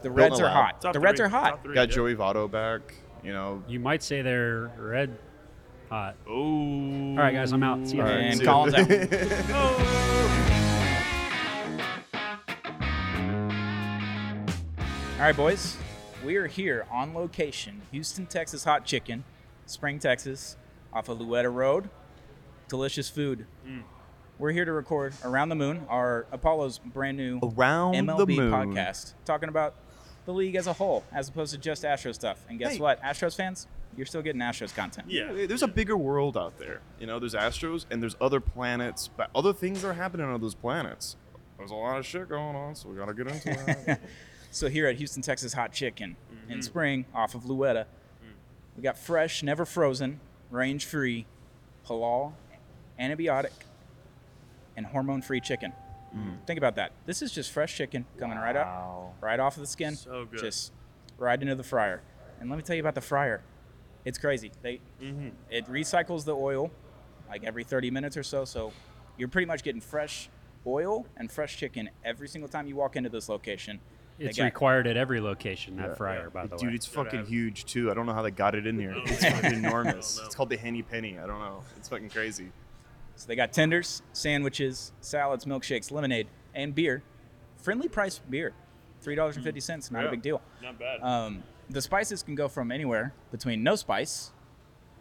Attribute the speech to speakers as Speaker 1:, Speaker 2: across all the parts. Speaker 1: The Reds
Speaker 2: know
Speaker 1: are
Speaker 2: why.
Speaker 1: hot.
Speaker 3: Top
Speaker 1: the Reds
Speaker 3: three.
Speaker 1: are
Speaker 3: Top
Speaker 1: hot.
Speaker 3: three,
Speaker 2: Got
Speaker 3: yeah.
Speaker 2: Joey Votto back. You know,
Speaker 4: You might say they're red hot.
Speaker 3: Ooh.
Speaker 4: All right, guys, I'm out. See you.
Speaker 2: All right.
Speaker 1: And
Speaker 2: See
Speaker 1: Collins out. All right, boys. We are here on location, Houston, Texas Hot Chicken, Spring, Texas, off of Luetta Road. Delicious food.
Speaker 3: Mm.
Speaker 1: We're here to record Around the Moon, our Apollo's brand new
Speaker 2: around the
Speaker 1: MLB
Speaker 2: moon.
Speaker 1: podcast, talking about the league as a whole, as opposed to just Astros stuff. And guess
Speaker 2: Hey.
Speaker 1: what, Astros fans, you're still getting Astros content.
Speaker 3: Yeah.
Speaker 2: Hey, There's a bigger world out there. You know, there's Astros and there's other planets, but other things are happening on those planets. There's a lot of shit going on, so we gotta get into it.
Speaker 1: So here at Houston, Texas Hot Chicken
Speaker 3: Mm-hmm.
Speaker 1: in spring off of Luetta, we got fresh, never frozen, range free, halal, antibiotic, and hormone free chicken.
Speaker 3: Mm-hmm.
Speaker 1: Think about that. This is just fresh chicken coming right up, right off of the skin.
Speaker 3: So good.
Speaker 1: Just right into the fryer. And let me tell you about the fryer. It's crazy. They it recycles the oil like every 30 minutes or so. So you're pretty much getting fresh oil and fresh chicken every single time you walk into this location. They
Speaker 4: It's
Speaker 1: got-
Speaker 4: required at every location, that fryer, by the
Speaker 2: Dude,
Speaker 4: way.
Speaker 2: it's fucking
Speaker 3: have it.
Speaker 2: huge too. I don't know how they got it in here.
Speaker 3: Oh,
Speaker 2: It's
Speaker 3: yeah.
Speaker 2: fucking enormous.
Speaker 3: I don't know.
Speaker 2: It's called the Henny Penny. I don't know. It's fucking crazy.
Speaker 1: So they got tenders, sandwiches, salads, milkshakes, lemonade, and beer. Friendly price beer, three dollars and fifty cents. Not
Speaker 3: Yeah.
Speaker 1: a big deal.
Speaker 3: Not bad.
Speaker 1: Um, the spices can go from anywhere between no spice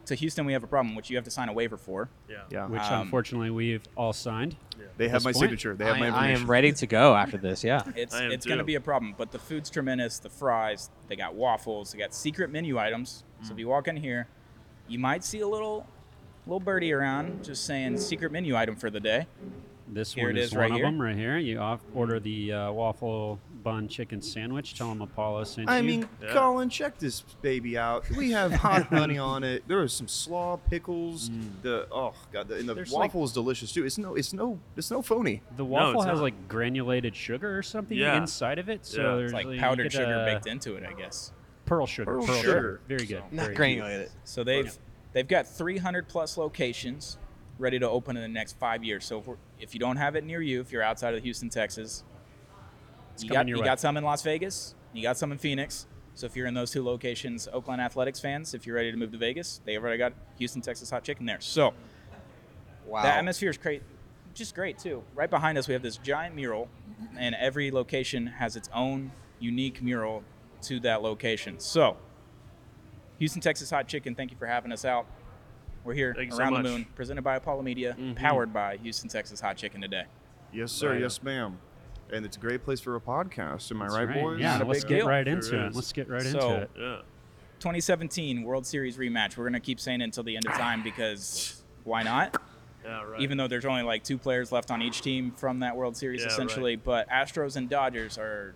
Speaker 1: to Houston. We have a problem, which you have to sign a waiver for.
Speaker 3: yeah.
Speaker 2: Yeah.
Speaker 4: Which
Speaker 1: um,
Speaker 4: unfortunately we've all signed.
Speaker 2: they have
Speaker 4: this
Speaker 2: my
Speaker 4: point,
Speaker 2: signature. They have my
Speaker 5: I, I
Speaker 2: information.
Speaker 5: am ready to go after this. Yeah.
Speaker 1: It's
Speaker 3: I am
Speaker 1: it's going to
Speaker 3: too.
Speaker 1: be a problem, but the food's tremendous. The fries, they got waffles, they got secret menu items. So if
Speaker 3: Mm.
Speaker 1: you walk in here, you might see a little little birdie around just saying secret menu item for the day.
Speaker 4: This
Speaker 1: Here
Speaker 4: one
Speaker 1: it
Speaker 4: is,
Speaker 1: is right
Speaker 4: one
Speaker 1: here.
Speaker 4: of them right here. You off- order the uh, waffle bun chicken sandwich. Tell them Apollo sent
Speaker 2: I
Speaker 4: you.
Speaker 2: mean,
Speaker 3: Yeah.
Speaker 2: Colin, check this baby out. We have hot honey on it. There is some slaw pickles. The oh god, the, and the
Speaker 4: There's, like-
Speaker 2: waffle is delicious too. It's no, it's no, it's no phony.
Speaker 4: the waffle
Speaker 3: it's
Speaker 4: has
Speaker 3: not.
Speaker 4: like granulated sugar or something
Speaker 3: Yeah.
Speaker 4: inside of it. So
Speaker 3: Yeah. It's
Speaker 4: there's
Speaker 1: It's like
Speaker 4: you
Speaker 1: powdered
Speaker 4: get
Speaker 1: sugar
Speaker 4: a
Speaker 1: baked into it, I guess.
Speaker 4: Pearl sugar.
Speaker 2: Pearl
Speaker 4: Pearl,
Speaker 2: sugar.
Speaker 4: sugar. Very good.
Speaker 5: Not
Speaker 4: very
Speaker 5: granulated.
Speaker 1: So they've they've got 300 plus locations ready to open in the next five years. So if, we're, if you don't have it near you, if you're outside of Houston, Texas, you
Speaker 4: coming
Speaker 1: got
Speaker 4: your
Speaker 1: you
Speaker 4: way.
Speaker 1: got some in Las Vegas, you got some in Phoenix. So if you're in those two locations, Oakland Athletics fans, if you're ready to move to Vegas, they already got Houston, Texas hot chicken there. So
Speaker 5: Wow.
Speaker 1: the atmosphere is great, just great too. Right behind us, we have this giant mural, and every location has its own unique mural to that location. So, Houston, Texas Hot Chicken, thank you for having us out. We're here
Speaker 3: Thank you so
Speaker 1: around the
Speaker 3: much. Mm-hmm.
Speaker 1: moon, presented by Apollo Media, powered by Houston, Texas Hot Chicken today.
Speaker 2: Yes, sir.
Speaker 3: Right.
Speaker 2: Yes, ma'am. And it's a great place for a podcast. Am I
Speaker 4: That's
Speaker 2: right,
Speaker 4: right.
Speaker 2: boys?
Speaker 4: Yeah,
Speaker 1: Not a
Speaker 4: let's
Speaker 1: big
Speaker 4: get
Speaker 1: deal.
Speaker 4: right
Speaker 3: Sure
Speaker 4: into it.
Speaker 3: is.
Speaker 4: Let's get right
Speaker 1: So-
Speaker 4: into it.
Speaker 3: Yeah.
Speaker 1: 2017 World Series rematch. We're gonna keep saying it until the end of time because why not?
Speaker 3: Yeah, right.
Speaker 1: even though there's only like two players left on each team from that World Series
Speaker 3: Yeah,
Speaker 1: essentially. But Astros and Dodgers are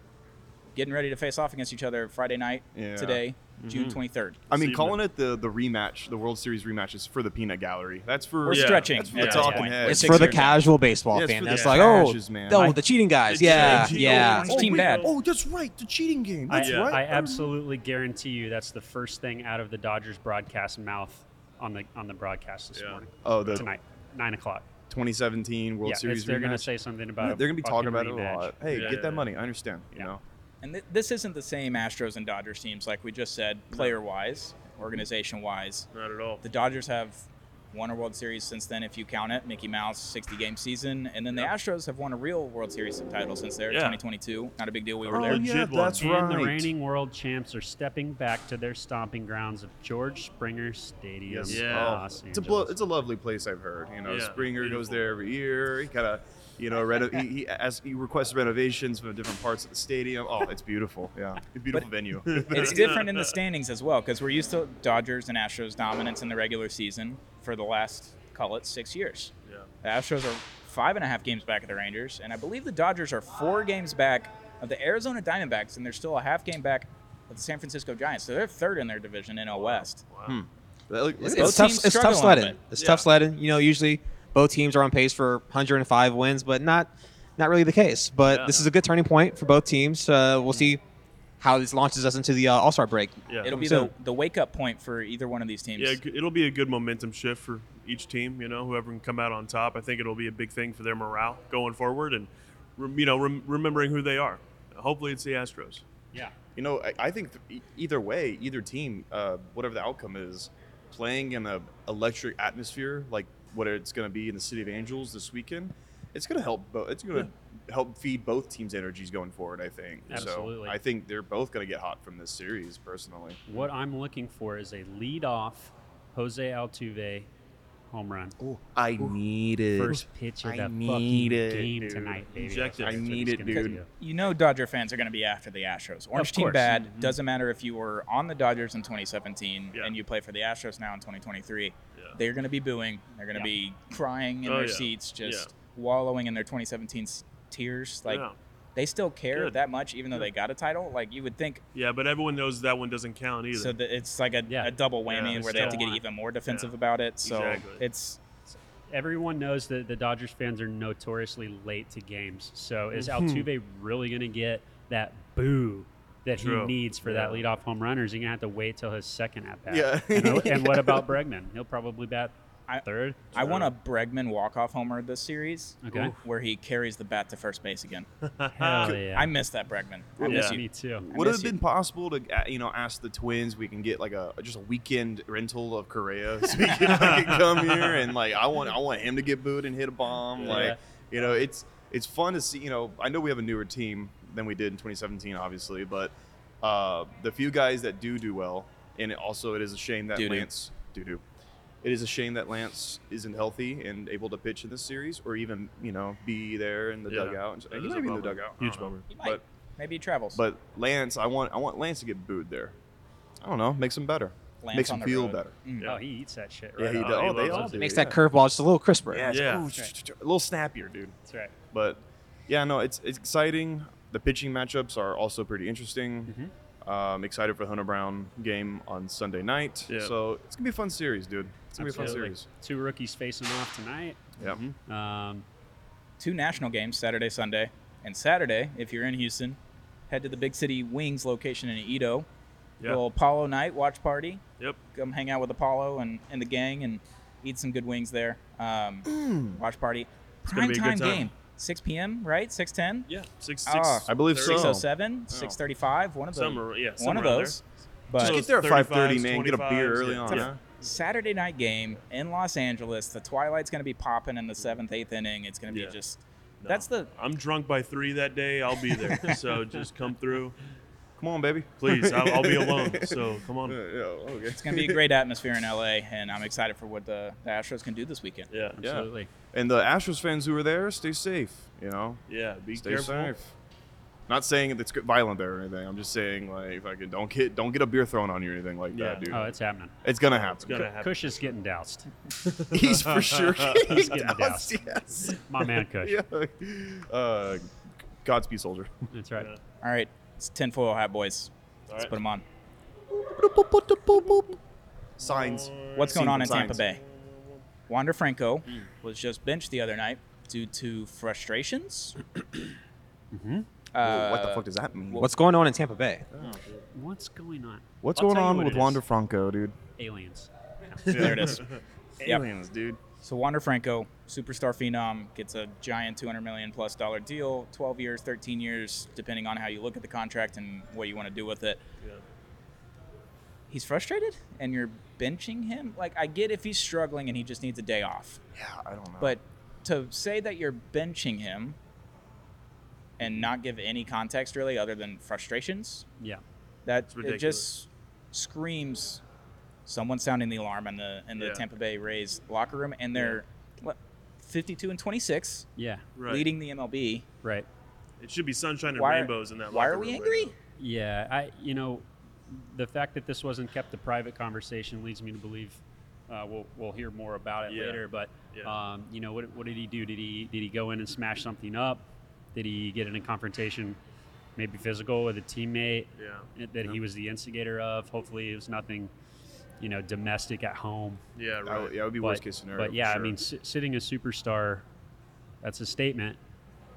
Speaker 1: getting ready to face off against each other Friday night
Speaker 2: Yeah. Mm-hmm.
Speaker 1: today, June 23rd.
Speaker 2: I mean,
Speaker 3: This
Speaker 2: calling it the the rematch, the World Series rematch is for the peanut gallery. That's for
Speaker 1: We're
Speaker 3: Yeah.
Speaker 1: stretching.
Speaker 2: That's for
Speaker 1: at
Speaker 2: the
Speaker 1: this
Speaker 2: talking
Speaker 1: point.
Speaker 2: heads.
Speaker 1: We're
Speaker 5: It's
Speaker 1: six
Speaker 5: for the
Speaker 1: years in.
Speaker 5: casual baseball
Speaker 2: Yeah, it's
Speaker 5: fan.
Speaker 2: for the
Speaker 5: That's
Speaker 2: yeah.
Speaker 5: like, oh,
Speaker 2: trashes, man.
Speaker 5: no,
Speaker 2: I-
Speaker 5: the cheating guys.
Speaker 3: The
Speaker 5: Yeah,
Speaker 3: cheating-
Speaker 5: uh, yeah.
Speaker 3: Oh,
Speaker 1: Team
Speaker 2: wait,
Speaker 1: bad.
Speaker 2: Oh, that's right. The cheating game.
Speaker 4: I, uh,
Speaker 2: That's
Speaker 3: Yeah.
Speaker 2: right.
Speaker 4: I absolutely guarantee you that's the first thing out of the Dodgers broadcast mouth on the on the broadcast this
Speaker 3: Yeah.
Speaker 4: morning.
Speaker 2: Oh, the
Speaker 4: tonight, nine o'clock.
Speaker 2: 2017 World
Speaker 4: yeah,
Speaker 2: Series.
Speaker 4: it's- they're gonna
Speaker 2: rematch.
Speaker 4: say something about.
Speaker 2: Yeah,
Speaker 4: a
Speaker 2: They're gonna be talking about
Speaker 4: fucking
Speaker 2: it a
Speaker 4: rematch.
Speaker 2: lot. Hey,
Speaker 3: Yeah.
Speaker 2: get that money. I understand. You
Speaker 4: Yeah.
Speaker 2: know.
Speaker 1: And th- this isn't the same Astros and Dodgers teams like we just said, player wise, organization wise.
Speaker 3: Not at all.
Speaker 1: The Dodgers have won a World Series since then, if you count it, Mickey Mouse 60 game season, and then the Astros have won a real World Series title since there,
Speaker 3: Yeah.
Speaker 1: 2022. Not a big deal. We were
Speaker 2: Oh,
Speaker 1: there.
Speaker 2: yeah,
Speaker 3: Legit one.
Speaker 2: that's
Speaker 4: And
Speaker 2: right.
Speaker 4: the reigning world champs are stepping back to their stomping grounds of George Springer Stadium.
Speaker 2: Yes.
Speaker 4: in
Speaker 3: Yeah.
Speaker 4: Los
Speaker 2: It's a blo-
Speaker 4: Angeles.
Speaker 2: it's a lovely place I've heard. You know,
Speaker 3: Yeah,
Speaker 2: Springer goes
Speaker 3: beautiful.
Speaker 2: there every year. He kind of, you know, reno- he, he asks, he requests renovations from different parts of the stadium. Oh, it's beautiful. Yeah, it's a beautiful venue.
Speaker 1: it's different in the standings as well because we're used to Dodgers and Astros dominance in the regular season for the last call it six years.
Speaker 3: Yeah.
Speaker 1: The Astros are five and a half games back of the Rangers, and I believe the Dodgers are four games back of the Arizona Diamondbacks, and they're still a half game back of the San Francisco Giants. So they're third in their division, NL West.
Speaker 3: Wow.
Speaker 2: That look- look
Speaker 5: It's, it's
Speaker 1: Both
Speaker 2: at
Speaker 5: tough.
Speaker 1: teams
Speaker 5: It's
Speaker 1: struggle a
Speaker 5: tough
Speaker 1: little
Speaker 5: sledding.
Speaker 1: bit.
Speaker 5: It's
Speaker 3: Yeah.
Speaker 5: tough sledding. You know, usually both teams are on pace for 105 wins, but not not really the case. But
Speaker 3: Yeah.
Speaker 5: this is a good turning point for both teams. Uh,
Speaker 2: Mm.
Speaker 5: we'll see how this launches us into the uh, All Star break.
Speaker 3: Yeah.
Speaker 1: It'll be
Speaker 5: So-
Speaker 1: the, the wake up point for either one of these teams.
Speaker 3: Yeah, it- it'll be a good momentum shift for each team. You know, whoever can come out on top, I think it'll be a big thing for their morale going forward, and rem- you know, rem- remembering who they are. Hopefully, it's the Astros.
Speaker 4: Yeah.
Speaker 2: You know, I, I think th- e- either way, either team, uh, whatever the outcome is, playing in a electric atmosphere like what it's going to be in the City of Angels this weekend, it's going to help. Bo- it's going to help feed both teams' energies going forward. I think.
Speaker 4: Absolutely.
Speaker 2: So I think they're both going to get hot from this series, personally.
Speaker 4: What I'm looking for is a lead-off Jose Altuve home run.
Speaker 2: I need it.
Speaker 4: First pitch of
Speaker 2: I
Speaker 4: that fucking
Speaker 2: need it,
Speaker 4: game
Speaker 2: dude.
Speaker 4: tonight, baby.
Speaker 3: Inject
Speaker 4: That's
Speaker 3: it.
Speaker 4: what
Speaker 2: I need
Speaker 4: it's
Speaker 2: it,
Speaker 4: gonna
Speaker 2: dude.
Speaker 4: do.
Speaker 1: You know, Dodger fans are going to be after the Astros. Orange team
Speaker 4: course.
Speaker 1: bad. Doesn't matter if you were on the Dodgers in 2017
Speaker 3: Mm-hmm. Yeah.
Speaker 1: and you play for the Astros now in 2023.
Speaker 3: Yeah.
Speaker 1: They're going to be booing. They're going to
Speaker 4: Yeah.
Speaker 1: be crying in
Speaker 3: Oh,
Speaker 1: their
Speaker 3: yeah.
Speaker 1: seats, just wallowing in their 2017 s- tears. Like
Speaker 3: yeah.
Speaker 1: they still care
Speaker 3: Good.
Speaker 1: that much, even though they got a title. Like you would think.
Speaker 3: Yeah, but everyone knows that one doesn't count either.
Speaker 1: So that it's like a,
Speaker 4: Yeah.
Speaker 1: a double
Speaker 3: Yeah,
Speaker 1: whammy
Speaker 3: they
Speaker 1: where they have to
Speaker 4: still
Speaker 1: get
Speaker 4: want-
Speaker 1: even more defensive about it. So
Speaker 3: Exactly.
Speaker 1: it's
Speaker 4: Everyone knows that the Dodgers fans are notoriously late to games. So is
Speaker 3: Mm-hmm.
Speaker 4: Altuve really going to get that boo that
Speaker 3: True.
Speaker 4: he needs for that
Speaker 3: Yeah.
Speaker 4: leadoff home run, or is he going to have to wait till his second at bat?
Speaker 2: Yeah.
Speaker 4: and, what- and what about Bregman? He'll probably bat
Speaker 1: I-
Speaker 4: third.
Speaker 1: I want a Bregman walk off homer this series,
Speaker 4: Okay.
Speaker 1: where he carries the bat to first base again.
Speaker 4: Hell yeah.
Speaker 1: I miss that Bregman. I
Speaker 2: Yeah.
Speaker 1: miss you.
Speaker 4: Me too.
Speaker 1: I
Speaker 2: Would it
Speaker 1: miss
Speaker 2: have
Speaker 1: you.
Speaker 2: been possible to uh, you know ask the twins we can get like a just a weekend rental of Correa so we can like, come here and like I want I want him to get booed and hit a bomb
Speaker 4: Yeah.
Speaker 2: like you know it's it's fun to see you know I know we have a newer team than we did in 2017 obviously but uh, the few guys that do do well and it also it is a shame that
Speaker 1: Doo-doo.
Speaker 2: Lance do do it is a shame that Lance isn't healthy and able to pitch in this series or even you know be there in the
Speaker 3: Yeah.
Speaker 2: dugout and uh,
Speaker 3: That
Speaker 2: he
Speaker 3: is
Speaker 2: might
Speaker 3: a
Speaker 2: be in the
Speaker 3: bummer.
Speaker 2: dugout I
Speaker 3: Huge
Speaker 2: don't know.
Speaker 3: bummer.
Speaker 1: He might.
Speaker 2: but
Speaker 1: Maybe he travels.
Speaker 2: but Lance, I want I want Lance to get booed there. I don't know. Makes him better.
Speaker 1: Lance
Speaker 2: makes
Speaker 1: on
Speaker 2: him
Speaker 1: the
Speaker 2: feel
Speaker 1: road.
Speaker 2: better.
Speaker 1: Mm.
Speaker 3: Yeah.
Speaker 4: Oh, he eats that shit
Speaker 2: Yeah,
Speaker 4: right
Speaker 2: he
Speaker 4: off.
Speaker 2: does.
Speaker 3: he
Speaker 2: Oh, they
Speaker 3: loves
Speaker 2: all
Speaker 3: it.
Speaker 2: do.
Speaker 5: Makes
Speaker 2: yeah.
Speaker 5: that curveball just a little crisper.
Speaker 2: Yeah, it's-
Speaker 3: Yeah.
Speaker 2: ooh, ch- ch- ch- a little snappier, dude.
Speaker 4: That's right.
Speaker 2: But yeah, no, it's it's exciting. The pitching matchups are also pretty interesting. Um, excited for the Hunter Brown game on Sunday night.
Speaker 3: Yeah.
Speaker 2: So it's gonna be a fun series, dude. It's gonna
Speaker 4: Absolutely.
Speaker 2: be a fun series.
Speaker 4: Two rookies facing off tonight.
Speaker 2: Yeah.
Speaker 4: Um,
Speaker 1: Two national games Saturday, Sunday, and Saturday. If you're in Houston, head to the Big City Wings location in Edo.
Speaker 3: Yeah.
Speaker 1: Little Apollo night watch party.
Speaker 3: yep.
Speaker 1: Come hang out with Apollo and, and the gang and eat some good wings there. Um, Watch party.
Speaker 3: gonna
Speaker 1: Prime
Speaker 3: be a good
Speaker 1: time,
Speaker 3: time.
Speaker 1: game. 6 p.m. Right? 6:10.
Speaker 3: Yeah. Six. six
Speaker 1: Ah.
Speaker 2: I believe
Speaker 3: thirty.
Speaker 2: so.
Speaker 1: 607, 635. One of
Speaker 3: Somewhere,
Speaker 1: those.
Speaker 3: Oh. yeah,
Speaker 1: one of
Speaker 3: somewhere around
Speaker 1: those.
Speaker 2: Just
Speaker 1: But
Speaker 3: So-
Speaker 2: get there at
Speaker 3: 35s,
Speaker 2: 5:30, man. Get a beer
Speaker 3: 25s,
Speaker 2: early
Speaker 3: yeah.
Speaker 2: on.
Speaker 3: Yeah.
Speaker 2: huh?
Speaker 1: Saturday night game in Los Angeles. The twilight's going to be popping in the seventh, eighth inning. It's going to be
Speaker 3: Yeah.
Speaker 1: just.
Speaker 3: No.
Speaker 1: That's the
Speaker 3: I'm drunk by three that day. I'll be there. so just come through,
Speaker 2: Come on, baby.
Speaker 3: please. I'll, I'll be alone. So come
Speaker 2: Yeah, yeah,
Speaker 3: on.
Speaker 2: okay.
Speaker 1: It's going to be a great atmosphere in LA, and I'm excited for what the, the Astros can do this weekend.
Speaker 3: Yeah.
Speaker 4: absolutely.
Speaker 2: And the Astros fans who are there, stay safe. You know,
Speaker 3: Yeah. Be
Speaker 2: Stay
Speaker 3: careful.
Speaker 2: safe. Not saying it's violent there or anything. I'm just saying like fucking don't get don't get a beer thrown on you or anything like
Speaker 3: Yeah.
Speaker 2: that, dude.
Speaker 4: Oh, it's happening.
Speaker 2: it's gonna happen.
Speaker 3: It's gonna happen.
Speaker 4: Kush is getting doused.
Speaker 2: He's for sure getting
Speaker 4: He's getting
Speaker 2: doused,
Speaker 4: doused.
Speaker 2: Yes.
Speaker 4: My man, Kush.
Speaker 2: Yeah. Uh, Godspeed, soldier.
Speaker 4: That's right.
Speaker 3: Yeah.
Speaker 1: All right, it's tinfoil hat, boys.
Speaker 3: All
Speaker 1: Let's
Speaker 3: right.
Speaker 1: put them on.
Speaker 2: Signs.
Speaker 1: What's going
Speaker 2: Seen
Speaker 1: on in Tampa
Speaker 2: signs.
Speaker 1: Bay? Wander Franco
Speaker 3: Hmm.
Speaker 1: was just benched the other night due to frustrations. Uh, mm-hmm.
Speaker 2: Whoa, what the fuck does that mean?
Speaker 5: What's going on in Tampa Bay?
Speaker 4: What's going on?
Speaker 2: What's
Speaker 3: I'll
Speaker 2: going
Speaker 3: tell you
Speaker 2: on
Speaker 3: what
Speaker 2: with
Speaker 3: it is.
Speaker 2: Wander Franco, dude?
Speaker 4: Aliens.
Speaker 1: There it is. Yep.
Speaker 2: Aliens, dude.
Speaker 1: So Wander Franco, superstar phenom, gets a giant 200 million plus dollar deal, 12 years, 13 years, depending on how you look at the contract and what you want to do with it.
Speaker 3: Yeah.
Speaker 1: He's frustrated, and you're benching him. Like I get if he's struggling and he just needs a day off,
Speaker 2: Yeah, I don't know.
Speaker 1: but to say that you're benching him and not give any context really other than frustrations,
Speaker 4: Yeah.
Speaker 1: that it
Speaker 3: ridiculous.
Speaker 1: just screams someone sounding the alarm in the in the
Speaker 3: Yeah.
Speaker 1: Tampa Bay Rays locker room, and they're what 52 and 26,
Speaker 4: Yeah.
Speaker 3: Right.
Speaker 1: leading the MLB.
Speaker 4: Right.
Speaker 3: It should be sunshine and
Speaker 1: Why are-
Speaker 3: rainbows in that.
Speaker 1: Why
Speaker 3: locker
Speaker 1: are we
Speaker 3: room right
Speaker 1: angry?
Speaker 3: now.
Speaker 4: Yeah. I. You know, the fact that this wasn't kept a private conversation leads me to believe uh, we'll we'll hear more about it
Speaker 3: Yeah.
Speaker 4: later. But
Speaker 3: Yeah.
Speaker 4: um, you know, what what did he do? Did he did he go in and smash something up? Did he get in a confrontation, maybe physical with a teammate?
Speaker 3: Yeah.
Speaker 4: it- that he was the instigator of. Hopefully, it was nothing, you know, domestic at home.
Speaker 2: that
Speaker 3: Yeah.
Speaker 2: would,
Speaker 3: Right.
Speaker 2: yeah, that would be
Speaker 4: but,
Speaker 2: worst case scenario.
Speaker 4: but yeah,
Speaker 2: for
Speaker 4: I mean,
Speaker 2: sure.
Speaker 4: s- sitting a superstar, that's a statement.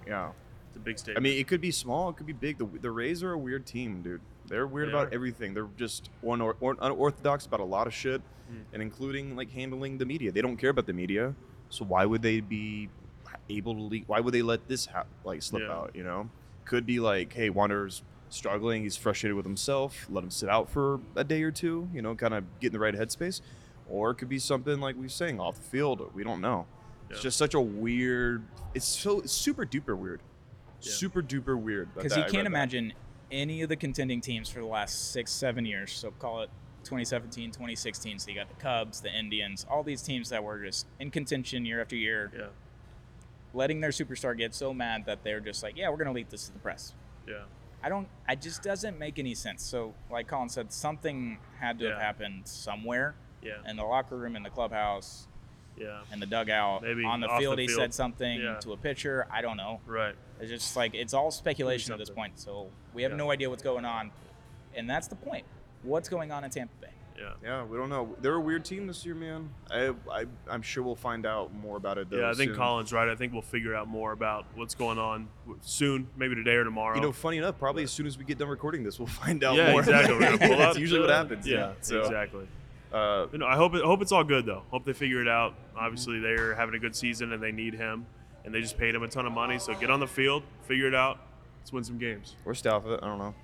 Speaker 2: yeah.
Speaker 3: It's a big
Speaker 2: I
Speaker 3: statement.
Speaker 2: mean, it could be small, it could be big. The, the Rays are a weird team, dude. They're weird
Speaker 3: They
Speaker 2: about
Speaker 3: are.
Speaker 2: everything. They're just un- or, unorthodox about a lot of shit,
Speaker 3: Hmm.
Speaker 2: and including like handling the media. They don't care about the media, so why would they be able to? Le- why would they let this ha- like slip
Speaker 3: Yeah.
Speaker 2: out? You know, could be like, hey, Wander's struggling. He's frustrated with himself. Let him sit out for a day or two, you know, kind of get in the right headspace. Or it could be something like we were saying off the field. We don't know. It's
Speaker 3: Yeah.
Speaker 2: just such a weird. It's so it's super duper weird.
Speaker 3: Yeah.
Speaker 2: Super duper weird. about
Speaker 1: because
Speaker 2: that.
Speaker 1: you
Speaker 2: I read
Speaker 1: can't
Speaker 2: that.
Speaker 1: imagine any of the contending teams for the last six seven years so call it 2017 2016 so you got the cubs the indians all these teams that were just in contention year after year
Speaker 3: Yeah.
Speaker 1: letting their superstar get so mad that they're just like yeah we're gonna leak this to the press
Speaker 3: Yeah.
Speaker 1: i don't i just doesn't make any sense so like colin said something had to have
Speaker 3: Yeah.
Speaker 1: happened somewhere
Speaker 3: Yeah.
Speaker 1: in the locker room in the clubhouse
Speaker 3: Yeah.
Speaker 1: in the dugout
Speaker 3: Maybe
Speaker 1: on the
Speaker 3: off the
Speaker 1: field he
Speaker 3: field.
Speaker 1: said something
Speaker 3: Yeah.
Speaker 1: to a pitcher i don't know
Speaker 3: Right.
Speaker 1: it's just like it's all speculation at this
Speaker 3: something.
Speaker 1: point. So we have
Speaker 3: Yeah.
Speaker 1: no idea what's going on, and that's the point. What's going on in Tampa Bay?
Speaker 3: Yeah.
Speaker 2: Yeah, we don't know. They're a weird team this year, man. I, I I'm sure we'll find out more about it. Though,
Speaker 3: Yeah, I think
Speaker 2: soon.
Speaker 3: Colin's right. I think we'll figure out more about what's going on w- soon, maybe today or tomorrow.
Speaker 2: You know, funny enough, probably as soon as we get done recording this, we'll find out
Speaker 3: yeah,
Speaker 2: more.
Speaker 3: exactly. We're gonna pull
Speaker 2: That's
Speaker 3: up
Speaker 2: usually what
Speaker 3: the-
Speaker 2: happens. Yeah. So,
Speaker 3: exactly.
Speaker 2: uh,
Speaker 3: You know, I hope it, hope it's all good though. Hope they figure it out. Obviously, they're having a good season and they need him, and they just paid him a ton of money. So get on the field, figure it out. Let's win some games.
Speaker 2: we're staff it. I don't know.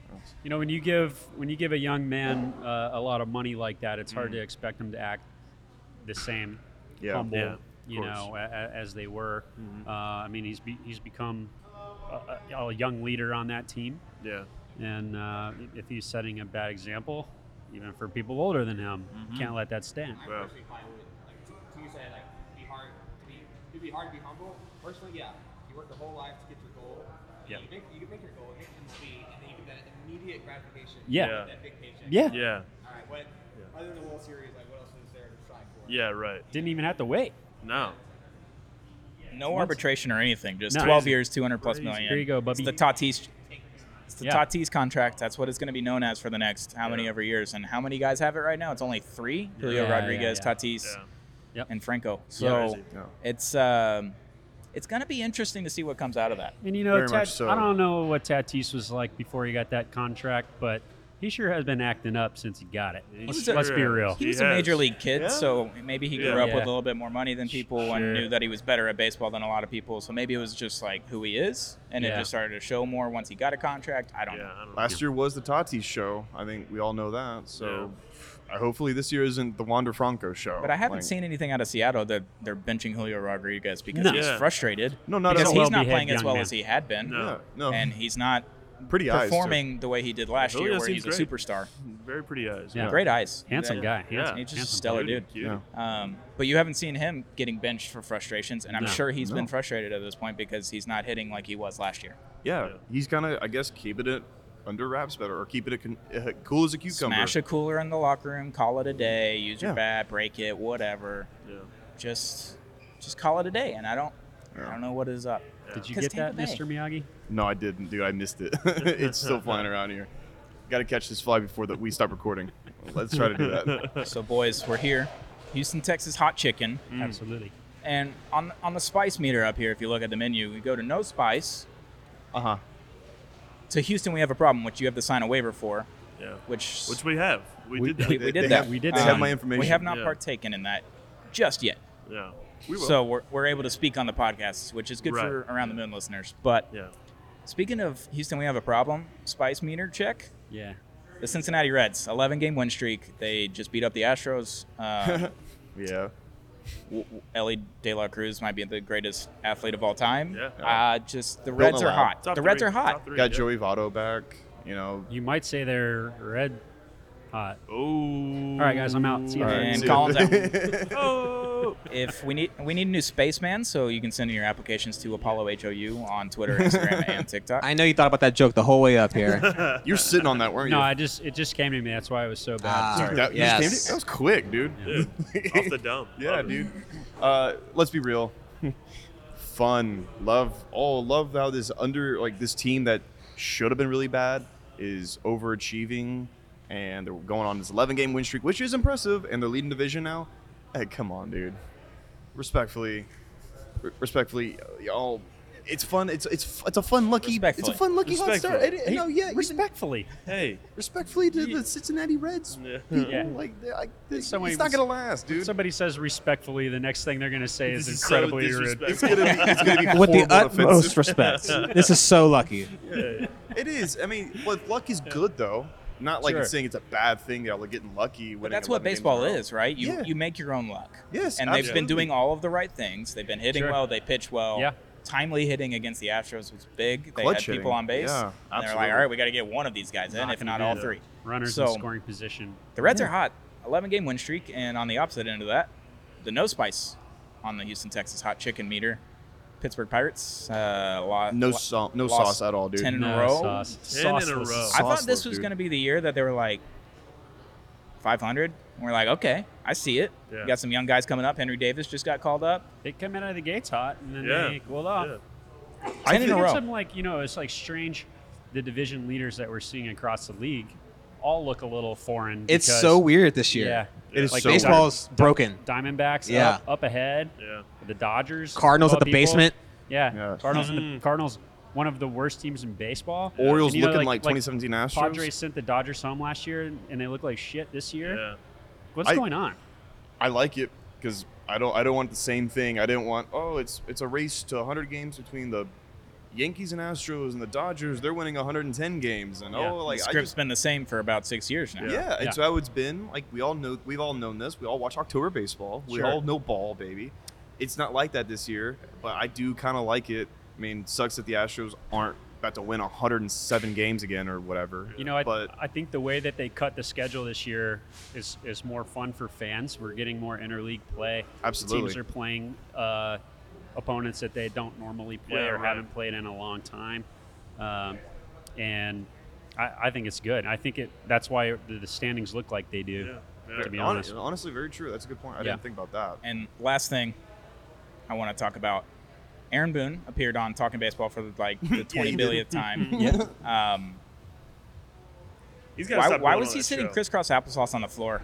Speaker 4: You know, when you give when you give a young man uh, a lot of money like that, it's hard to expect them to act the same
Speaker 2: Yeah.
Speaker 4: humble,
Speaker 3: Yeah, of
Speaker 4: you know, a, a- as they were. Uh, I mean, he's be, he's become a, a, a young leader on that team,
Speaker 3: Yeah,
Speaker 4: and uh, if he's setting a bad example, even for people older than him, can't let that stand.
Speaker 6: I'm
Speaker 3: Yeah.
Speaker 6: personally fine with it. Like to you said, like be hard to be it'd be hard to be humble. Personally, yeah. You work your whole life to get your goal.
Speaker 4: Yeah.
Speaker 6: You, make, you can make your goal, hit MLB, and then you get that immediate gratification.
Speaker 4: Yeah.
Speaker 3: Yeah.
Speaker 6: That big paycheck.
Speaker 4: Yeah.
Speaker 3: yeah,
Speaker 6: All right. What other than the World Series, like what else is there to strive for?
Speaker 3: yeah. Right.
Speaker 4: Didn't even have to wait.
Speaker 3: No.
Speaker 1: No arbitration or anything. Just
Speaker 4: No.
Speaker 1: 12 years, 200 plus
Speaker 3: Crazy.
Speaker 1: million.
Speaker 4: Here you go,
Speaker 1: It's
Speaker 4: Bubby.
Speaker 1: the Tatis. It's the
Speaker 4: Yeah.
Speaker 1: Tatis contract. That's what it's going to be known as for the next how many
Speaker 3: Yeah.
Speaker 1: ever years. And how many guys have it right now? It's only three: Julio
Speaker 4: Yeah, yeah,
Speaker 1: Rodriguez,
Speaker 4: yeah.
Speaker 1: Tatis,
Speaker 3: Yeah.
Speaker 1: and Franco. So
Speaker 3: Crazy.
Speaker 2: No.
Speaker 1: it's um, it's going to be interesting to see what comes out of that.
Speaker 4: And you know,
Speaker 2: Very much
Speaker 4: Tat-
Speaker 2: so.
Speaker 4: I don't know what Tatis was like before he got that contract, but he sure has been acting up since he got it.
Speaker 3: He
Speaker 1: Let's-
Speaker 3: sure
Speaker 4: let's be
Speaker 3: has.
Speaker 4: real.
Speaker 1: He
Speaker 3: He
Speaker 1: was a major
Speaker 3: has.
Speaker 1: league kid,
Speaker 2: Yeah.
Speaker 1: so maybe he grew
Speaker 3: Yeah.
Speaker 1: up with
Speaker 4: Yeah.
Speaker 1: a little bit more money than people and
Speaker 4: Sure.
Speaker 1: knew that he was better at baseball than a lot of people. So maybe it was just like who he is, and it
Speaker 4: Yeah.
Speaker 1: just started to show more once he got a contract. I don't
Speaker 3: Yeah.
Speaker 1: know.
Speaker 3: I don't know.
Speaker 2: Last year was the Tatis show. I think we all know that. So, I, hopefully this year isn't the Wander Franco show.
Speaker 1: But I haven't
Speaker 2: Like-
Speaker 1: seen anything out of Seattle that they're benching Julio Rodriguez because
Speaker 4: No.
Speaker 1: he's
Speaker 3: Yeah.
Speaker 1: frustrated.
Speaker 2: No, not
Speaker 1: because
Speaker 2: at
Speaker 1: he's
Speaker 2: all.
Speaker 4: all.
Speaker 1: not
Speaker 4: Well-behaved
Speaker 1: playing as
Speaker 4: young
Speaker 1: well
Speaker 4: man.
Speaker 1: as he had been,
Speaker 3: No.
Speaker 2: Yeah, no.
Speaker 1: and he's not
Speaker 2: pretty eyes, too.
Speaker 1: performing the way he did
Speaker 4: Oh,
Speaker 1: last
Speaker 3: Julio
Speaker 1: year, where he's
Speaker 3: seems
Speaker 1: a
Speaker 3: great.
Speaker 1: superstar.
Speaker 3: very pretty eyes.
Speaker 4: Yeah.
Speaker 1: Great eyes,
Speaker 4: Handsome guy.
Speaker 3: Yeah.
Speaker 4: Handsome,
Speaker 1: He's just
Speaker 4: handsome
Speaker 1: a stellar
Speaker 4: dude.
Speaker 1: dude.
Speaker 3: Cute.
Speaker 2: Yeah.
Speaker 1: Um, but you haven't seen him getting benched for frustrations, and I'm
Speaker 4: No.
Speaker 1: sure he's
Speaker 2: No.
Speaker 1: been frustrated at this point because he's not hitting like he was last year.
Speaker 2: Yeah,
Speaker 3: Yeah.
Speaker 2: he's kind of I guess keeping it under wraps better, or keeping it con- uh, cool as a cucumber.
Speaker 1: Smash a cooler in the locker room, call it a day, use your
Speaker 2: Yeah.
Speaker 1: bat, break it, whatever.
Speaker 3: Yeah.
Speaker 1: Just just call it a day and I don't I don't know what is up.
Speaker 4: Did you
Speaker 1: 'Cause
Speaker 4: get that,
Speaker 1: Tampa Bay-
Speaker 4: Mr. Miyagi?
Speaker 2: No, I didn't, dude. I missed it. it's still flying around here. Got to catch this fly before that we stop recording. Let's try to do that.
Speaker 1: So boys, we're here. Houston, Texas hot chicken.
Speaker 3: Mm.
Speaker 4: Absolutely.
Speaker 1: And on on the spice meter up here, if you look at the menu, we go to no spice.
Speaker 2: Uh huh.
Speaker 1: To Houston we have a problem, which you have to sign a waiver for,
Speaker 3: Yeah.
Speaker 1: which
Speaker 3: Which we have. We,
Speaker 1: we,
Speaker 3: did that.
Speaker 1: we,
Speaker 2: They-
Speaker 1: we did
Speaker 2: they
Speaker 1: that. Um,
Speaker 2: have-
Speaker 4: We did
Speaker 2: They
Speaker 4: that.
Speaker 2: have my information.
Speaker 1: We have not
Speaker 3: Yeah.
Speaker 1: partaken in that just yet.
Speaker 3: yeah.
Speaker 2: We will.
Speaker 1: So we're, we're able to speak on the podcast, which is good
Speaker 3: Right.
Speaker 1: for around the moon listeners. But
Speaker 3: Yeah.
Speaker 1: Speaking of Houston, we have a problem. Spice meter check.
Speaker 4: Yeah.
Speaker 1: The Cincinnati Reds, 11 game win streak. They just beat up the Astros. Uh,
Speaker 2: yeah.
Speaker 1: w- w- Ellie De La Cruz might be the greatest athlete of all time.
Speaker 3: Yeah.
Speaker 1: Uh, just the Reds are
Speaker 2: allow.
Speaker 1: hot.
Speaker 3: Top
Speaker 1: the Reds
Speaker 3: three.
Speaker 1: are hot.
Speaker 3: Top three,
Speaker 2: Got
Speaker 3: yeah.
Speaker 2: Joey Votto back. You know.
Speaker 4: You might say they're red hot.
Speaker 3: Oh. All
Speaker 4: right, guys, I'm out. See you
Speaker 2: All right,
Speaker 1: And
Speaker 2: see-
Speaker 1: Colin's out.
Speaker 3: Oh.
Speaker 1: If we need we need a new spaceman, so you can send in your applications to Apollo HOU on Twitter, Instagram, and TikTok.
Speaker 5: I know you thought about that joke the whole way up here.
Speaker 2: You're sitting on that, weren't
Speaker 4: No,
Speaker 2: you?
Speaker 4: I just it just came to me. That's why it was so bad.
Speaker 5: Ah.
Speaker 4: Sorry.
Speaker 2: that, you just came to-
Speaker 5: Yes.
Speaker 2: that was quick, dude.
Speaker 3: Dude, off the dome.
Speaker 2: Yeah,
Speaker 3: Love it.
Speaker 2: dude. Uh, let's be real. Fun, love, oh, love how this under like this team that should have been really bad is overachieving, and they're going on this 11 game win streak, which is impressive, and they're leading division now. Hey, come on, dude. Respectfully, re- respectfully, y'all. it's fun. It's it's it's a fun lucky. It's a
Speaker 1: Respectfully.
Speaker 2: fun lucky hot start.
Speaker 3: Respectfully.
Speaker 2: It- it- no, yeah, even-
Speaker 4: respectfully.
Speaker 3: Hey,
Speaker 2: respectfully to
Speaker 3: Yeah.
Speaker 2: the Cincinnati Reds.
Speaker 3: Yeah.
Speaker 2: People,
Speaker 4: Yeah.
Speaker 2: like, they're like it's
Speaker 4: Somebody
Speaker 2: not
Speaker 4: was-
Speaker 2: gonna last, dude.
Speaker 4: Somebody says respectfully, the next thing they're going to say
Speaker 3: this
Speaker 4: is
Speaker 3: is so
Speaker 4: incredibly rude.
Speaker 2: It's gonna be, it's gonna be
Speaker 5: With the
Speaker 2: horrible and
Speaker 5: utmost
Speaker 2: offensive.
Speaker 5: respect. This is so lucky.
Speaker 2: It is. I mean, look, luck is good though. Not like it's saying it's a bad thing. Y'all are getting lucky.
Speaker 1: But that's what baseball is, right? You
Speaker 2: Yeah.
Speaker 1: you make your own luck.
Speaker 2: Yes,
Speaker 1: and they've been
Speaker 2: absolutely.
Speaker 1: doing all of the right things. They've been hitting
Speaker 4: Sure.
Speaker 1: well. They pitch well.
Speaker 4: Yeah.
Speaker 1: Timely hitting against the Astros was big. They
Speaker 2: Clutch
Speaker 1: had people
Speaker 2: hitting.
Speaker 1: on base. and
Speaker 2: Yeah,
Speaker 1: they're
Speaker 2: absolutely.
Speaker 1: like, all right, we got to get one of these guys in,
Speaker 4: Not
Speaker 1: if not
Speaker 4: gonna
Speaker 1: all
Speaker 4: do
Speaker 1: three.
Speaker 4: Runners
Speaker 1: So-
Speaker 4: in scoring position.
Speaker 1: The Reds are hot. 11 game win streak. And on the opposite end of that, the no spice on the Houston, Texas hot chicken meter. Pittsburg Pirates. Uh, lo-
Speaker 2: No,
Speaker 1: lo-
Speaker 2: sau- no
Speaker 1: lost
Speaker 2: sauce at all, dude.
Speaker 1: 10 in
Speaker 4: No
Speaker 1: a row.
Speaker 4: Sauce.
Speaker 3: Ten in a
Speaker 4: Sauceless.
Speaker 3: row.
Speaker 1: I thought
Speaker 2: Sauceless,
Speaker 1: this was
Speaker 2: dude.
Speaker 1: going to be the year that they were like 500. And we're like, okay, I see it.
Speaker 3: Yeah.
Speaker 1: We got some young guys coming up. Henry Davis just got called up.
Speaker 4: They come out of the gates hot, and then
Speaker 3: Yeah.
Speaker 4: they cooled off.
Speaker 3: yeah.
Speaker 1: Ten in
Speaker 4: I
Speaker 1: a
Speaker 4: think
Speaker 1: row.
Speaker 4: it's some, like you know, it's like strange. The division leaders that we're seeing across the league all look a little foreign.
Speaker 5: It's
Speaker 4: because-
Speaker 5: so weird this year.
Speaker 4: Yeah,
Speaker 2: It is
Speaker 4: Like
Speaker 2: so
Speaker 5: Baseball
Speaker 2: weird.
Speaker 5: is broken.
Speaker 4: Diamondbacks
Speaker 5: Yeah.
Speaker 4: up, up ahead.
Speaker 3: yeah.
Speaker 4: The Dodgers.
Speaker 5: Cardinals
Speaker 4: of all
Speaker 5: at the
Speaker 4: people.
Speaker 5: basement.
Speaker 4: Yeah.
Speaker 2: Yeah.
Speaker 4: Cardinals. In the,
Speaker 3: Mm.
Speaker 4: Cardinals. One of the worst teams in baseball.
Speaker 2: Orioles
Speaker 4: And, you know,
Speaker 2: looking like,
Speaker 4: like-
Speaker 2: 2017 Astros.
Speaker 4: Padres sent the Dodgers home last year, and they look like shit this year.
Speaker 3: yeah.
Speaker 4: What's
Speaker 2: I-
Speaker 4: going on?
Speaker 2: I like it because I don't I don't want the same thing. I didn't want oh it's it's a race to 100 games between the Yankees and Astros and the Dodgers. They're winning 110 games and
Speaker 4: Yeah.
Speaker 2: oh
Speaker 1: The
Speaker 2: like I
Speaker 1: script's
Speaker 2: just,
Speaker 1: been the same for about six years now.
Speaker 2: yeah.
Speaker 4: Yeah.
Speaker 2: It's how it's been. Like we all know we've all known this. We all watch October baseball. We
Speaker 4: Sure.
Speaker 2: all know ball, baby. It's not like that this year, but I do kind of like it. I mean, sucks that the Astros aren't about to win 107 games again or whatever.
Speaker 4: You know, I,
Speaker 2: but
Speaker 4: I think the way that they cut the schedule this year is is more fun for fans. We're getting more interleague play. The teams
Speaker 2: Absolutely.
Speaker 4: are playing uh, opponents that they don't normally play
Speaker 3: Yeah,
Speaker 4: or
Speaker 3: right.
Speaker 4: haven't played in a long time, um, and I, I think it's good. I think it that's why the, the standings look like they do.
Speaker 3: Yeah.
Speaker 4: To be
Speaker 2: hon-
Speaker 4: honest,
Speaker 2: honestly, very true. That's a good point. I
Speaker 4: Yeah.
Speaker 2: didn't think about that.
Speaker 1: And last thing I want to talk about Aaron Boone appeared on Talking Baseball for like the 20
Speaker 2: he
Speaker 1: billionth time.
Speaker 5: Yeah.
Speaker 1: Um,
Speaker 3: He's got to
Speaker 1: why
Speaker 3: stop.
Speaker 1: why
Speaker 3: going
Speaker 1: was
Speaker 3: on
Speaker 1: he
Speaker 3: that
Speaker 1: sitting
Speaker 3: show.
Speaker 1: crisscross applesauce on the floor?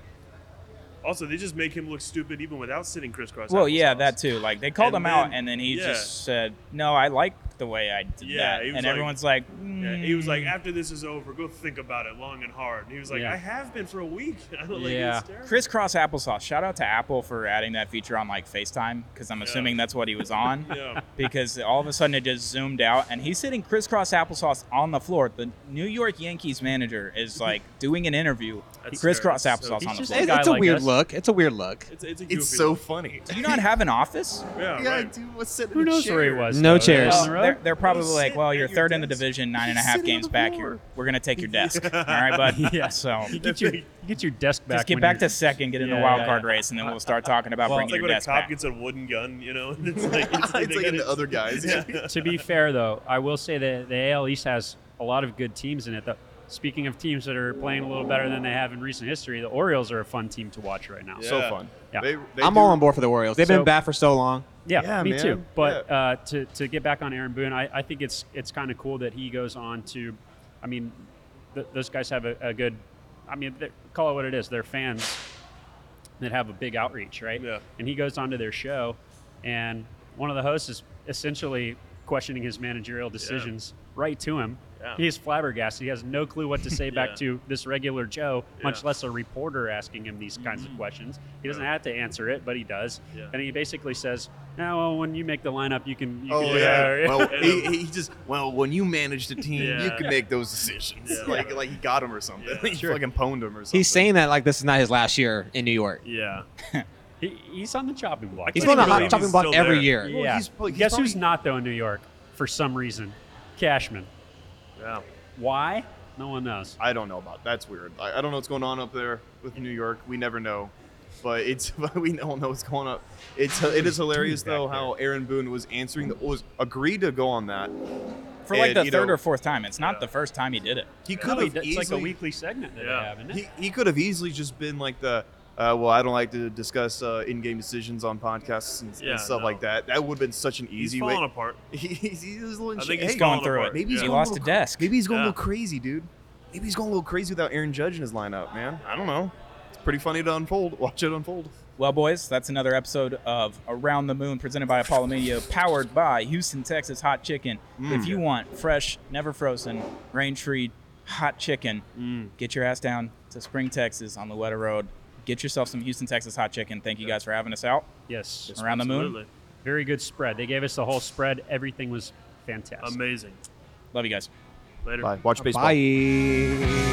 Speaker 3: Also, they just make him look stupid even without sitting crisscross.
Speaker 1: Well,
Speaker 3: applesauce.
Speaker 1: yeah, that too. Like they called
Speaker 3: And
Speaker 1: him out,
Speaker 3: then-
Speaker 1: and then he
Speaker 3: yeah.
Speaker 1: just said, "No, I like the way I did
Speaker 3: Yeah,
Speaker 1: that."
Speaker 3: he was
Speaker 1: And
Speaker 3: like-
Speaker 1: everyone's like,
Speaker 3: Yeah, he was like,
Speaker 1: "Mm."
Speaker 3: after this is over, go think about it long and hard. And he was like,
Speaker 4: Yeah.
Speaker 3: I have been for a week. I don't like
Speaker 4: Yeah.
Speaker 3: it's terrible.
Speaker 1: crisscross applesauce. Shout out to Apple for adding that feature on like FaceTime because I'm assuming that's what he was on.
Speaker 3: Yeah.
Speaker 1: Because all of a sudden it just zoomed out, and he's sitting crisscross applesauce on the floor. The New York Yankees manager is like doing an interview,
Speaker 3: That's
Speaker 1: crisscross
Speaker 3: terrible. So
Speaker 1: applesauce on the
Speaker 4: he's just-
Speaker 1: floor.
Speaker 5: It's,
Speaker 4: guy
Speaker 5: it's a
Speaker 4: like
Speaker 5: weird
Speaker 4: us.
Speaker 5: look. It's a weird look.
Speaker 3: It's, it's a goofy
Speaker 2: It's so
Speaker 3: look.
Speaker 2: funny.
Speaker 1: Do you not have an office?
Speaker 3: Yeah,
Speaker 2: Yeah,
Speaker 3: right.
Speaker 2: dude, what's sitting
Speaker 4: who
Speaker 2: in a
Speaker 4: knows where he
Speaker 2: chair?
Speaker 4: was?
Speaker 5: No
Speaker 4: though?
Speaker 5: chairs.
Speaker 4: Down the road?
Speaker 1: They're, they're probably
Speaker 3: Go
Speaker 1: like,
Speaker 3: sit
Speaker 1: well,
Speaker 3: at
Speaker 1: you're
Speaker 3: your
Speaker 1: third in the
Speaker 3: desk.
Speaker 1: division, nine and a
Speaker 2: Sit
Speaker 1: half
Speaker 2: on
Speaker 1: games
Speaker 2: the
Speaker 1: back.
Speaker 2: floor.
Speaker 1: You're, we're gonna take your desk, all right, bud?
Speaker 4: Yeah.
Speaker 1: So
Speaker 4: You get your you get your desk back.
Speaker 1: just get
Speaker 4: when
Speaker 1: back
Speaker 4: you're-
Speaker 1: to second, get in
Speaker 4: Yeah,
Speaker 1: the wild
Speaker 4: yeah,
Speaker 1: card
Speaker 4: yeah.
Speaker 1: race, and then we'll start talking about
Speaker 4: Well,
Speaker 1: bringing
Speaker 3: It's like
Speaker 1: your
Speaker 3: when a
Speaker 1: desk
Speaker 3: cop
Speaker 1: back.
Speaker 3: gets a wooden gun, you know? and It's like, it's
Speaker 2: it's like
Speaker 3: got
Speaker 2: into
Speaker 3: it-
Speaker 2: other guys.
Speaker 3: Yeah.
Speaker 4: to be fair, though, I will say that the AL East has a lot of good teams in it. The, speaking of teams that are playing a little better than they have in recent history, the Orioles are a fun team to watch right now.
Speaker 3: Yeah.
Speaker 4: Yeah,
Speaker 2: So fun.
Speaker 4: Yeah.
Speaker 2: They, they
Speaker 5: I'm
Speaker 2: do-
Speaker 5: all on board for the Orioles. They've
Speaker 4: So-
Speaker 5: been bad for so long.
Speaker 2: Yeah,
Speaker 4: me
Speaker 2: man.
Speaker 4: too. But uh, to, to get back on Aaron Boone, I, I think it's it's kind of cool that he goes on to, I mean, th- those guys have a, a good, I mean, they- call it what it is. They're fans that have a big outreach, right?
Speaker 3: Yeah.
Speaker 4: And he goes on to their show, and one of the hosts is essentially questioning his managerial decisions right to him.
Speaker 3: Yeah.
Speaker 4: He's flabbergasted. He has no clue what to say
Speaker 3: Yeah.
Speaker 4: back to this regular Joe, much
Speaker 3: Yeah.
Speaker 4: less a reporter asking him these kinds
Speaker 2: Mm-hmm.
Speaker 4: of questions. He doesn't have to answer it, but he does.
Speaker 3: Yeah.
Speaker 4: And he basically says, "Now, well, when you make the lineup, you can." You
Speaker 2: Oh yeah.
Speaker 4: can do that."
Speaker 2: Well,
Speaker 3: Yeah.
Speaker 2: he, he just well when you manage the team, you
Speaker 3: Yeah.
Speaker 2: can make those decisions.
Speaker 3: Yeah.
Speaker 2: Like like he got him or something.
Speaker 3: Yeah.
Speaker 2: he fucking pwned him or something.
Speaker 5: He's saying that like this is not his last year in New York.
Speaker 3: Yeah.
Speaker 4: He, he's on the chopping block.
Speaker 5: He's
Speaker 3: can't
Speaker 5: on the
Speaker 3: even
Speaker 5: hot
Speaker 3: believe
Speaker 5: chopping
Speaker 3: he's
Speaker 5: block
Speaker 3: still
Speaker 5: every
Speaker 3: there.
Speaker 5: year.
Speaker 4: yeah.
Speaker 2: he's probably- he's
Speaker 4: Guess
Speaker 2: probably-
Speaker 4: who's not though in New York for some reason? Cashman.
Speaker 3: Yeah.
Speaker 4: Why? No one knows.
Speaker 2: I don't know about that's weird. I, I don't know what's going on up there with New York. We never know, but it's we don't know what's going on. It's it is hilarious though how Aaron Boone was answering the was agreed to go on that.
Speaker 1: For like
Speaker 2: And,
Speaker 1: the
Speaker 2: you
Speaker 1: third
Speaker 2: know-
Speaker 1: or fourth time. It's not
Speaker 3: Yeah.
Speaker 1: the first time he did it.
Speaker 2: He could
Speaker 4: Really,
Speaker 2: have
Speaker 4: it's like a
Speaker 2: easily-
Speaker 4: weekly segment that
Speaker 3: Yeah.
Speaker 4: they have, isn't it?
Speaker 2: He, he could have easily just been like the, uh, well, I don't like to discuss uh, in-game decisions on podcasts and, and
Speaker 3: Yeah,
Speaker 2: stuff
Speaker 3: no.
Speaker 2: like that. That would have been such an
Speaker 3: He's
Speaker 2: easy way.
Speaker 3: falling apart.
Speaker 2: He- he's, he's a little
Speaker 3: I
Speaker 2: shit.
Speaker 3: think he's
Speaker 2: Hey,
Speaker 1: going
Speaker 3: falling
Speaker 1: through
Speaker 3: apart.
Speaker 1: it.
Speaker 2: Maybe he's
Speaker 1: He
Speaker 3: yeah.
Speaker 2: going
Speaker 1: lost
Speaker 2: little
Speaker 1: a desk.
Speaker 2: Maybe he's going
Speaker 3: Yeah.
Speaker 2: a little crazy, dude. Maybe he's going a little crazy without Aaron Judge in his lineup, man. I don't know. It's pretty funny to unfold. Watch it unfold.
Speaker 1: Well, boys, that's another episode of Around the Moon presented by Apollo Media, powered by Houston, Texas Hot Chicken. If you want fresh, never frozen, range free hot chicken, get your ass down to Spring, Texas on Luetta Road. Get yourself some Houston, Texas Hot Chicken. Thank you guys for having us out.
Speaker 4: Yes.
Speaker 1: Around the moon.
Speaker 3: Absolutely.
Speaker 4: Very good spread. They gave us the whole spread. Everything was fantastic.
Speaker 3: Amazing.
Speaker 1: Love you guys.
Speaker 3: Later.
Speaker 2: Bye. Watch baseball.
Speaker 5: Bye.